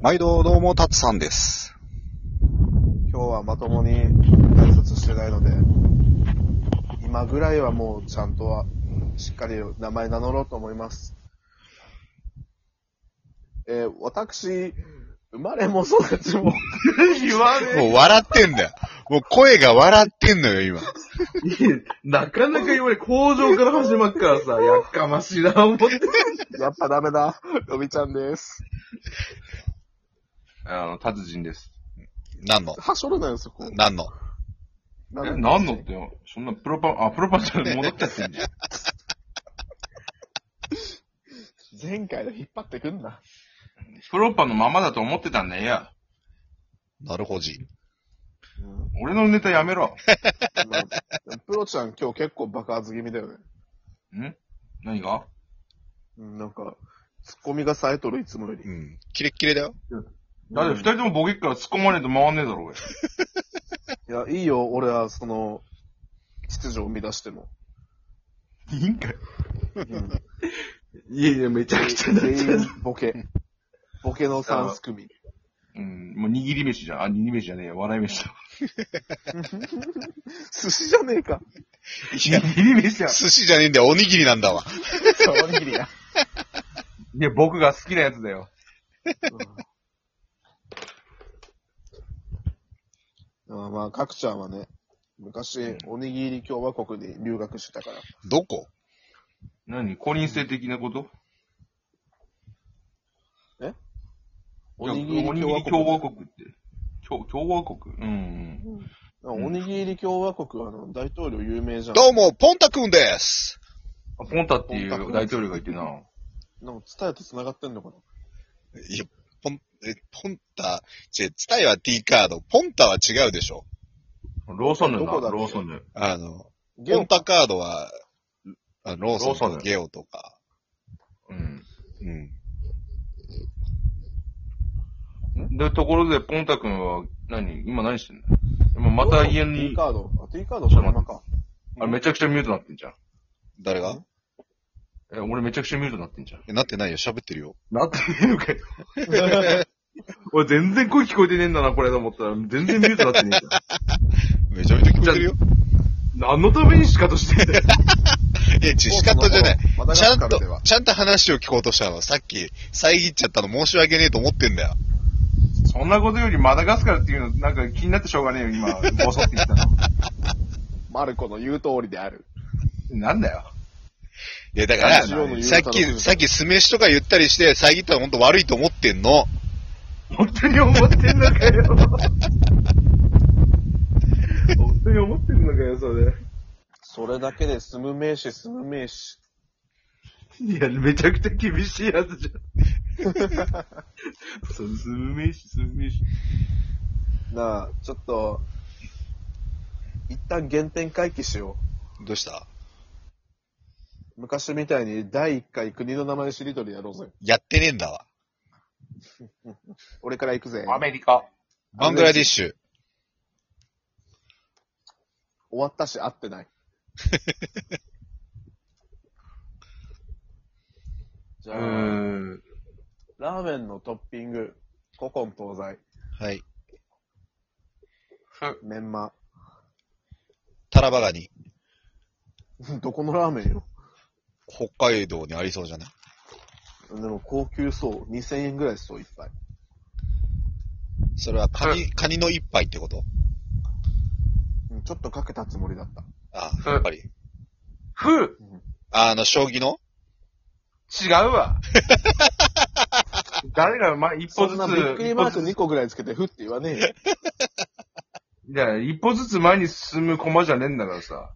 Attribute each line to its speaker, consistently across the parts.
Speaker 1: 毎度どうも、たつさんです。
Speaker 2: 今日はまともに挨拶してないので、今ぐらいはもうちゃんとは、うんしっかり名前名乗ろうと思います。えー私、生まれも育ちも、 言わ
Speaker 1: もう笑ってんだよ。もう声が笑ってんのよ、今。
Speaker 3: なかなか言われ、工場から始まっから さ、やっかましいな、思って。
Speaker 2: やっぱダメだ。のびちゃんです。
Speaker 3: あの、達人です。
Speaker 1: 何の
Speaker 2: はしょるなよ、そこ。
Speaker 1: 何の
Speaker 2: な
Speaker 3: え、
Speaker 2: ん
Speaker 3: なんのってよ。そんなプロパン、あ、プロパンじゃない戻っちゃってんじゃ ん。
Speaker 2: 前回の引っ張ってくんな。
Speaker 3: プロパンのままだと思ってたんだよ。
Speaker 1: なるほじ。
Speaker 2: うん
Speaker 3: 俺のネタやめろ。
Speaker 2: まあプロちゃん今日結構爆発気味だよね。
Speaker 3: ん何が
Speaker 2: うんなんか、ツッコミが冴えとる、いつもより
Speaker 1: う。ん。キレッキレだよ。
Speaker 3: だって二人ともボケっから突っ込まねえと回んねえだろ、俺。
Speaker 2: いや、いいよ、俺は、その、秩序を生み出しても。
Speaker 3: いいんかい
Speaker 2: うん
Speaker 3: いやいや、めちゃくちゃだっ
Speaker 2: 全
Speaker 3: ちゃう
Speaker 2: 員。ボケ。ボケの三組。
Speaker 3: うん、もう握り飯じゃん。あ、握り飯じゃねえよ。笑い飯だ。
Speaker 2: 寿司じゃねえか。
Speaker 3: 握り飯じゃん。
Speaker 1: 寿司じゃねえんだよ、おにぎりなんだわ。
Speaker 2: おにぎりや。
Speaker 3: いや、僕が好きなやつだよ。
Speaker 2: あまあ、かくちゃんはね、昔、おにぎり共和国に留学してたから。
Speaker 1: どこ
Speaker 3: 何公認性的なこと
Speaker 2: おにぎり
Speaker 3: おにぎ
Speaker 2: 共和
Speaker 3: り
Speaker 2: 国。
Speaker 3: 共和国って。共共和国うんうん。
Speaker 2: おにぎり共和国は、あの、大統領有名じゃん。
Speaker 1: どうも、ポンタくんです。
Speaker 3: あポンタっていう大統領がいてな。
Speaker 2: なんか、伝えと繋がってんのかない
Speaker 1: や、ポン、え、ポンタ、違う、ツタイは T カード、ポンタは違うでしょ。
Speaker 3: ローソンヌ
Speaker 2: ど
Speaker 3: な、
Speaker 2: こだっけ
Speaker 3: ローソンヌ。
Speaker 1: あの、
Speaker 2: ゲ
Speaker 1: ポ
Speaker 2: オ
Speaker 1: ンタカードは、あローソンと
Speaker 3: ローソ
Speaker 1: か
Speaker 3: ン
Speaker 1: ゲオとか。
Speaker 3: うん。
Speaker 1: うん。
Speaker 3: で、ところで、ポンタ君は何、今何してんの今また家
Speaker 2: T
Speaker 3: に、
Speaker 2: カード。あ、T カード、そのままか。
Speaker 3: あめちゃくちゃミュートなってんじゃん。
Speaker 1: 誰が
Speaker 3: え、俺めちゃくちゃミュートなってんじゃん。
Speaker 1: えなってないよ、喋ってるよ。
Speaker 3: なってねえのかよ。俺全然声聞こえてねえんだな、これと思ったら。全然ミュートなってねえ
Speaker 1: め
Speaker 3: じ
Speaker 1: ちゃめちゃ聞こえてるよ。
Speaker 3: ゃん。何のために仕方してんだよ。
Speaker 1: え、ち、仕方じゃない。
Speaker 2: まだ
Speaker 1: ちゃん
Speaker 2: から
Speaker 1: と
Speaker 2: では、。
Speaker 1: ちゃんと話を聞こうとしたの。さっき、遮っちゃったの申し訳ねえと思ってんだよ。
Speaker 3: そんなことよりマダガスカルっていうの、なんか気になってしょうがねえよ、 今。ボソって言ったの。
Speaker 2: マルコの言う通りである。
Speaker 3: なんだよ。
Speaker 1: いや、だか
Speaker 2: ラ
Speaker 1: ら、
Speaker 2: ジオの言う
Speaker 1: さっ
Speaker 2: こと
Speaker 1: き
Speaker 2: だと思、う
Speaker 1: さっき酢飯とか言ったりして、遮ったのほんと悪いと思ってんの。
Speaker 3: 本当に思ってんのか よ。本当に思ってんのかよ、それ。
Speaker 2: それだけで済む名詞、済む名詞。
Speaker 3: いや、めちゃくちゃ厳しいやつ じゃん。そう、すめえし、すめえし。
Speaker 2: なあ、ちょっと、一旦原点回帰しよ
Speaker 1: どうした
Speaker 2: う。昔みたいに第1回国の名前しりとりやろうぜ。
Speaker 1: やってねえんだわ。
Speaker 2: 俺から行くぜ。
Speaker 3: ア
Speaker 2: 終
Speaker 3: メリカ。
Speaker 1: バングラディッシュ。
Speaker 2: わったし会 ってない。じ
Speaker 3: う
Speaker 2: ゃあ、
Speaker 3: ん。
Speaker 2: ラーメンのトッピング、古今東西、
Speaker 1: はい。
Speaker 2: メンマ。
Speaker 1: タラバガニ。
Speaker 2: どこのラーメンよ。
Speaker 1: 北海道にありそうじゃない
Speaker 2: でも高級そう。2000円ぐらいそう、いっぱい。
Speaker 1: それはカニ、カニの一杯ってこと
Speaker 2: うんちょっとかけたつもりだった。
Speaker 1: あ
Speaker 3: そ
Speaker 1: あ、
Speaker 3: う
Speaker 1: やっぱり。
Speaker 3: ふう
Speaker 1: あの、将棋の
Speaker 3: 違う わ。誰が、ま、一歩
Speaker 2: そ
Speaker 3: ず
Speaker 2: ん
Speaker 3: つ
Speaker 2: なびっく、り
Speaker 3: 一
Speaker 2: マー
Speaker 3: 歩
Speaker 2: ク
Speaker 3: ず
Speaker 2: 2個ぐらいつけて、ふって言わねえよ。
Speaker 3: つ、いや、一歩ずつ前に進む駒じゃねえんだからさ。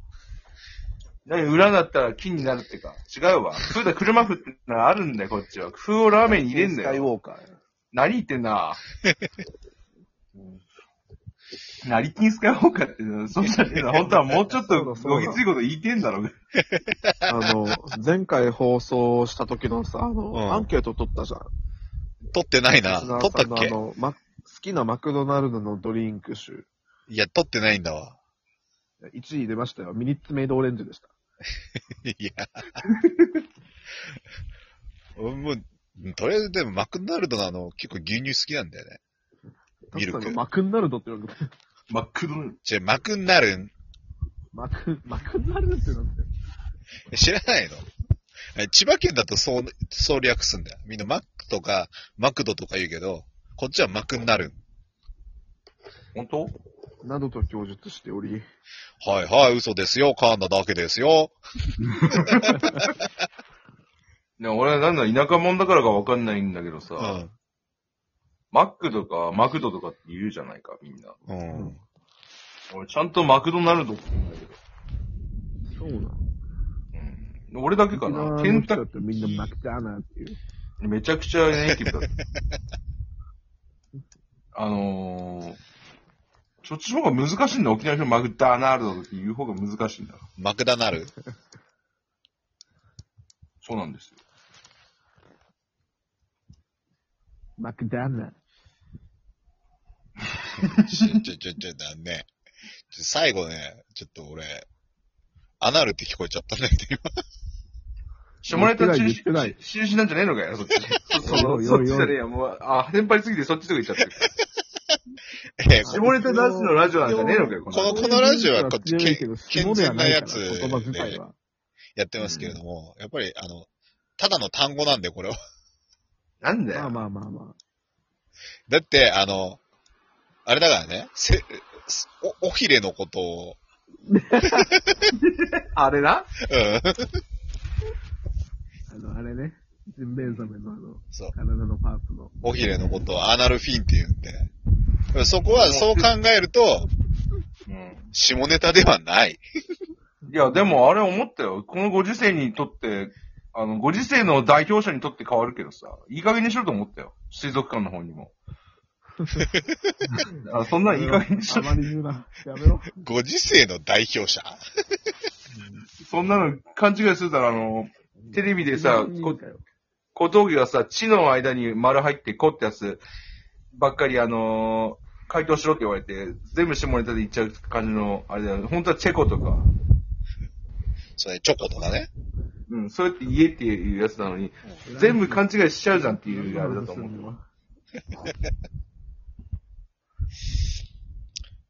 Speaker 3: 何、裏だったら金になるってか。違うわ。ふうだ、車ふってのはあるんだよ、こっちは。ふうをラーメンに入れん
Speaker 2: ス
Speaker 3: だ
Speaker 2: カイウ
Speaker 3: よ。
Speaker 2: ォーカーや。
Speaker 3: 何言ってんな。
Speaker 2: うん
Speaker 3: なりきんすかようかって、そうじゃねえな。本当はもうちょっ
Speaker 2: そ
Speaker 3: と、
Speaker 2: うだそうだ
Speaker 3: どぎついこと言いてんだろう。
Speaker 2: あの、前回放送した時のさ、あの、
Speaker 1: うん
Speaker 2: アンケート取ったじゃん。
Speaker 1: 取ってないな。
Speaker 2: リスナ
Speaker 1: 取っ
Speaker 2: ー
Speaker 1: た
Speaker 2: さ
Speaker 1: っ
Speaker 2: んの
Speaker 1: け
Speaker 2: あの、ま、好きなマクドナルドのドリンク種。
Speaker 1: いや、取ってないんだわ。
Speaker 2: 1位出ましたよ。ミニッツメイドオレンジでした。
Speaker 1: いや。もう、うんとりあえずでもマクドナルドのあの、結構牛乳好きなんだよね。ミル
Speaker 4: 確か
Speaker 1: ク
Speaker 4: に。マクンナルドって言われてる。
Speaker 3: マクドナル
Speaker 1: じゃ、マクナルン、
Speaker 4: マク、マクンナルドってなんだよ。
Speaker 1: 知らないのえ千葉県だとそう、そう略すんだよ。みんなマックとか、マクドとか言うけど、こっちはマクナルン。
Speaker 3: 本当
Speaker 4: などと供述しており、
Speaker 1: はいはい、嘘ですよ。カーナだけですよ。
Speaker 3: ね、俺はなんだ、田舎者だからかわかんないんだけどさ、
Speaker 1: うん。
Speaker 3: マックとかマクドとかって言うじゃないか、みんな。
Speaker 1: うん。
Speaker 3: 俺ちゃんとマクドナルドって言うんだけ
Speaker 4: そう
Speaker 3: ど。
Speaker 4: なの。
Speaker 3: うん、俺だけかな。ケンタ
Speaker 4: ッ
Speaker 3: ッ
Speaker 4: キーみんなマクダーナーっていう。
Speaker 3: キー、めちゃくちゃネイティブだった。 あのー、そっちの方が難しいんだ。沖縄人マクダナルドって言う方が難しいんだ。
Speaker 1: マクダナルン。
Speaker 3: そうなんですよ。
Speaker 4: マクダーナー。
Speaker 1: ちょ、ちょ、ちょ、ちょ、だね。ちょ最後ね、ちょっと俺、アナルって聞こえちゃったんだけど、今。
Speaker 3: 下ネタ
Speaker 4: 言
Speaker 3: 中
Speaker 4: っ
Speaker 3: 止
Speaker 4: てない言ってない、
Speaker 3: 中止なんじゃねえのかよ、そっち。そ
Speaker 4: お
Speaker 3: そ
Speaker 4: いおいおい
Speaker 3: そっちじゃねえ よ、もう、あ、テンパりすぎてそっちとか言っちゃってる。
Speaker 1: えー
Speaker 3: 下ネタ男子のラジオなんじゃねえのかよ、こ
Speaker 1: この
Speaker 3: の。
Speaker 1: このラジオはこっち
Speaker 4: 強いけど
Speaker 1: け
Speaker 4: 下ではないから
Speaker 1: 健全なやつ
Speaker 4: 言葉遣いは。
Speaker 1: やってますけれども、やっぱり、あの、ただの単語なんで、これは。
Speaker 3: なんだ
Speaker 4: まあ
Speaker 3: よ。
Speaker 4: まあまあま
Speaker 1: だって、あの、あれだからね、せ、お、おひれのことを、
Speaker 3: あれな
Speaker 1: うん。
Speaker 4: あ。あの、あれね。ジンベエザメのあの、
Speaker 1: そう。
Speaker 4: 体のパーツの。
Speaker 1: おひれのことをアナルフィンって言うんで。そこは、そう考えると、
Speaker 3: うん。
Speaker 1: 下ネタではない。
Speaker 3: いや、でもあれ思ったよ。このご時世にとって、あの、ご時世の代表者にとって変わるけどさ、いい加減にしろと思ったよ。水族館の方に も。あそんなんいい加減にし
Speaker 4: あ
Speaker 3: ろ。
Speaker 4: まり言うな。やめろ。
Speaker 1: ご時世の代表者。
Speaker 3: そんなの勘違いするたら、あの、テレビでさ、
Speaker 4: いい
Speaker 3: こ
Speaker 4: んだよ
Speaker 3: 小峠がさ、地の間に丸入ってこってやつばっかり、あのー回答しろって言われて、全部下ネタで言っちゃう感じの、あれだよ。本当はチェコとか、
Speaker 1: それ、チョコとかね。
Speaker 3: うん、そうやって言えっていうやつなのに、全部勘違いしちゃうじゃんっていうあれだと思う。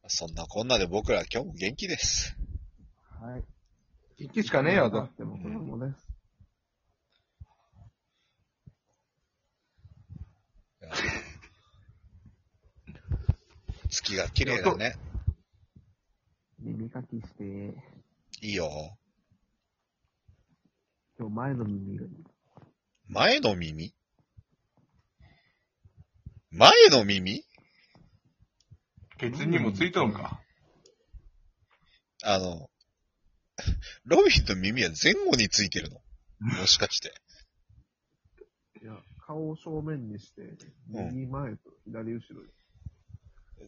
Speaker 1: そんなこんなで僕ら今日も元気です。
Speaker 4: はい。
Speaker 3: 一気しかねえよ、と。
Speaker 4: でも、これもね。
Speaker 1: 月が綺麗だね。
Speaker 4: 耳かきして、
Speaker 1: いいよ。
Speaker 4: 今日前の耳が。
Speaker 1: 前の耳前の耳
Speaker 3: ケツにもついとんか。
Speaker 1: あの、 ロビンの耳は前後についてるの。もしかして。
Speaker 4: いや、顔を正面にして、
Speaker 1: うん
Speaker 4: 右前と左後ろに。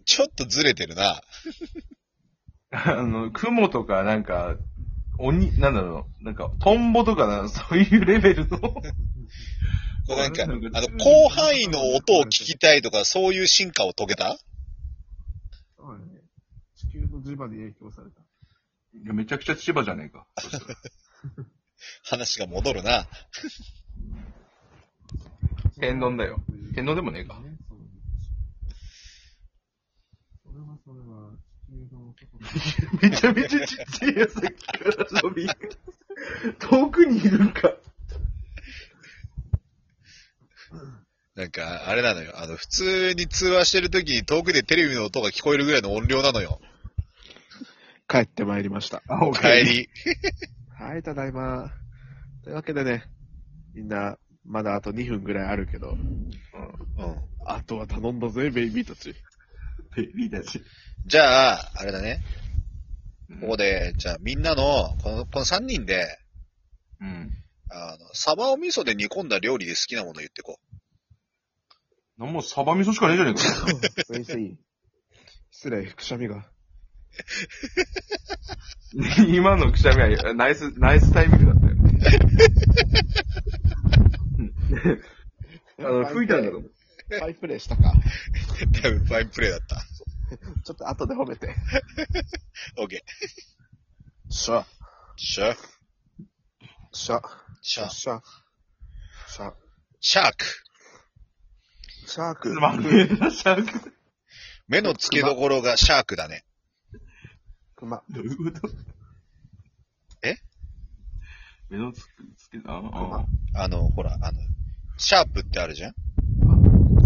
Speaker 1: ちょっとずれてるな。
Speaker 3: あの、雲とか、なんか、鬼、なんだろう、なんか、トンボとかな、そういうレベルの。
Speaker 1: こうなんか、あ
Speaker 3: な
Speaker 1: の
Speaker 3: んか、
Speaker 1: 広範囲の音を聞きたいとか、そういう進化を遂げた
Speaker 4: そうだね。地球の磁場に影響された。
Speaker 3: いやめちゃくちゃ千葉じゃねえか。そしたら
Speaker 1: 話が戻るな。
Speaker 3: 天丼だよ。天丼でもねえか。
Speaker 4: ね、そうそれはそれは、地球の男の
Speaker 3: めちゃめちゃちっちゃいやつから伸び。遠くにいるんか。
Speaker 1: なんか、あれなのよ。あの、普通に通話してる時に遠くでテレビの音が聞こえるぐらいの音量なのよ。
Speaker 2: 帰ってまいりました。
Speaker 3: あ、お
Speaker 1: お
Speaker 3: か
Speaker 1: 帰
Speaker 3: えり。
Speaker 1: り。
Speaker 2: はい、ただいま。というわけでね、みんな、まだあと2分ぐらいあるけど、
Speaker 1: うん。
Speaker 2: あとは頼んだぜ、ベイビーたち。
Speaker 3: ベビーだし。
Speaker 1: じゃあ、あれだね。ここ
Speaker 3: で。
Speaker 1: で、じゃあみんなの、この、この3人で、
Speaker 3: うん。
Speaker 1: あの、サバを味噌で煮込んだ料理で好きなもの言ってこ
Speaker 3: なんもサバ味噌しかねえじゃねえか。
Speaker 2: スイスイ。失礼、くしゃみが。
Speaker 3: 今のくしゃみは、ナイス、ナイスタイミングだったよ。あの、吹いたんだと思う。
Speaker 2: ファイプレイしたか。
Speaker 1: う。だい ぶファインプレーだった。
Speaker 2: ちょっと後で褒めて。
Speaker 1: オッケ
Speaker 2: しゃ、
Speaker 1: ー。シャ
Speaker 2: しゃ、
Speaker 1: シャ
Speaker 2: しゃ、しゃ、
Speaker 1: シャーク。
Speaker 2: シャーク。
Speaker 3: まめなシャーク。
Speaker 1: 目の付けどころがシャークだね。
Speaker 2: クマ。
Speaker 3: どういうこと
Speaker 1: え
Speaker 3: 目のつく、つけ、あ
Speaker 2: 熊
Speaker 3: あ。
Speaker 1: あの、ほら、あの、シャープってあるじゃん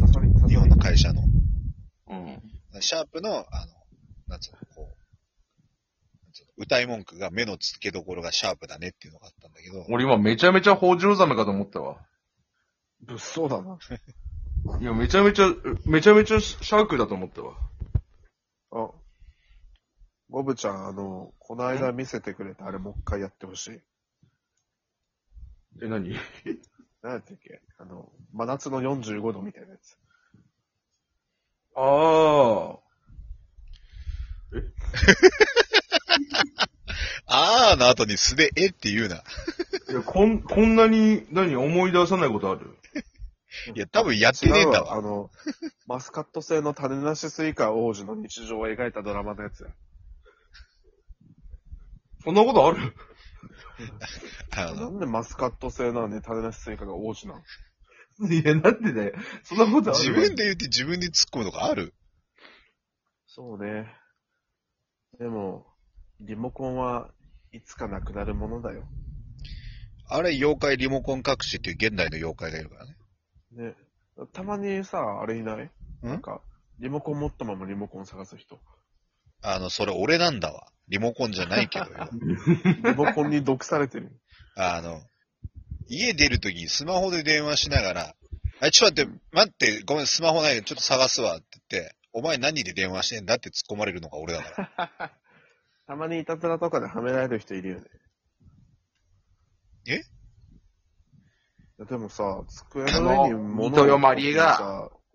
Speaker 2: サソリ、サソ
Speaker 1: 日
Speaker 2: リ。
Speaker 1: 本の会社の。
Speaker 3: うん。
Speaker 1: シャープの、あの、なんつうの、こう、なんつうの歌い文句が目の付けどころがシャープだねっていうのがあったんだけど、
Speaker 3: 俺今めちゃめちゃホウジロザメかと思ったわ。
Speaker 2: 物騒だな。
Speaker 3: いや、めちゃめちゃ、めちゃめちゃシャークだと思ったわ。
Speaker 2: あ。ボブちゃん、あの、この間見せてくれたあれもう一回やってほしい。
Speaker 3: え、何
Speaker 2: 何やったっけあの、真夏の45度みたいなやつ。
Speaker 3: ああ。
Speaker 1: あーの後に素でえって言うな。
Speaker 3: いや、こん、こんなに、何、思い出さないことある
Speaker 1: いや、多分やってねえんだ
Speaker 2: 違う
Speaker 1: わ。
Speaker 2: あの、マスカット製の種なしスイカ王子の日常を描いたドラマのやつや。
Speaker 3: そんなことある
Speaker 1: あ
Speaker 2: な
Speaker 1: の、
Speaker 2: んでマスカット製なのに種なしスイカが王子なの
Speaker 3: いや、なんでだよ。そんなことある
Speaker 1: 自分で言って自分で突っ込むとかある
Speaker 2: そうね。でも、リモコンはいつかなくなるものだよ。
Speaker 1: あれ、妖怪リモコン隠しっていう現代の妖怪がいるからね。
Speaker 2: ね。たまにさ、あれいないなんか、リモコン持ったままリモコン探す人。
Speaker 1: あの、それ俺なんだわ。リモコンじゃないけどよ。
Speaker 2: リモコンに毒されてる。
Speaker 1: あの、家出るときにスマホで電話しながら、あ、ちょっと待って、待って、ごめん、スマホないでちょっと探すわって言って、お前何で電話してんだって突っ込まれるのが俺だから。
Speaker 2: たまにいたずらとかではめられる人いるよね。
Speaker 1: え
Speaker 2: いやでもさ、机の上に
Speaker 3: あの
Speaker 2: 物
Speaker 3: 三豊まりえが
Speaker 2: さ、